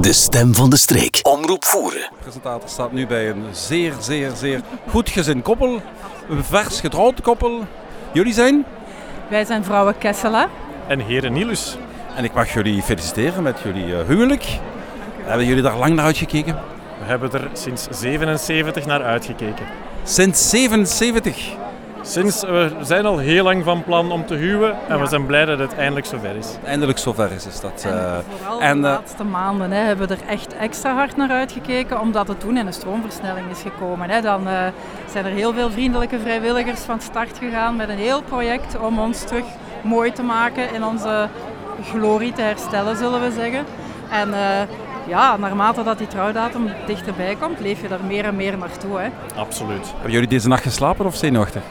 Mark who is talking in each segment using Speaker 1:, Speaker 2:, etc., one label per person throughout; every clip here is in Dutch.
Speaker 1: De stem van de streek. Omroep voeren.
Speaker 2: De presentator staat nu bij een zeer, zeer, zeer goed gezin koppel. Een vers getrouwd koppel. Jullie zijn?
Speaker 3: Wij zijn vrouwen Kessela.
Speaker 4: En heren Nielus.
Speaker 2: En ik mag jullie feliciteren met jullie eh, huwelijk. Hebben jullie daar lang naar uitgekeken?
Speaker 4: We hebben er sinds 77 naar uitgekeken.
Speaker 2: Sinds 77.
Speaker 4: Sinds we zijn al heel lang van plan om te huwen en we zijn blij dat het eindelijk zover is.
Speaker 2: Eindelijk zover is, is dat. eh,
Speaker 3: en vooral
Speaker 2: en,
Speaker 3: de
Speaker 2: eh,
Speaker 3: laatste maanden hè, hebben we er echt extra hard naar uitgekeken, omdat het toen in een stroomversnelling is gekomen. Hè. Dan eh, zijn er heel veel vriendelijke vrijwilligers van start gegaan met een heel project om ons terug mooi te maken, in onze glorie te herstellen, zullen we zeggen. En eh, ja, naarmate dat die trouwdatum dichterbij komt, leef je daar meer en meer naartoe. Hè.
Speaker 4: Absoluut.
Speaker 2: hebben jullie deze nacht geslapen of zenuwachtig?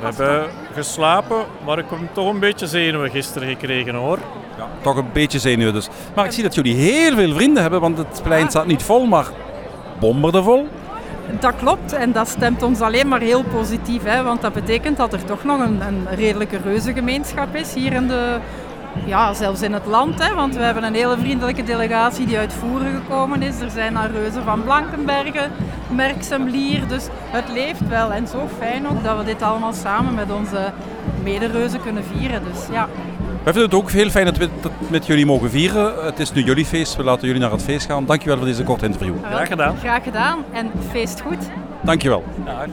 Speaker 4: We hebben geslapen, maar ik heb toch een beetje zenuwen gisteren gekregen hoor.
Speaker 2: Ja, toch een beetje zenuwen dus. Maar ik zie dat jullie heel veel vrienden hebben, want het plein staat niet vol, maar bomberde vol.
Speaker 3: Dat klopt en dat stemt ons alleen maar heel positief. Hè, want dat betekent dat er toch nog een, een redelijke reuzengemeenschap is hier in de... Ja, zelfs in het land. Hè, want we hebben een hele vriendelijke delegatie die uit Voeren gekomen is. Er zijn al reuzen van Blankenbergen, Merksem, Lier. Dus het leeft wel. En zo fijn ook dat we dit allemaal samen met onze medereuzen kunnen vieren. Dus ja,
Speaker 2: Wij vinden het ook heel fijn dat we het met jullie mogen vieren. Het is nu jullie feest, we laten jullie naar het feest gaan. Dankjewel voor deze korte interview.
Speaker 4: Graag gedaan.
Speaker 3: graag gedaan en feest goed.
Speaker 2: Dankjewel.
Speaker 4: Ja.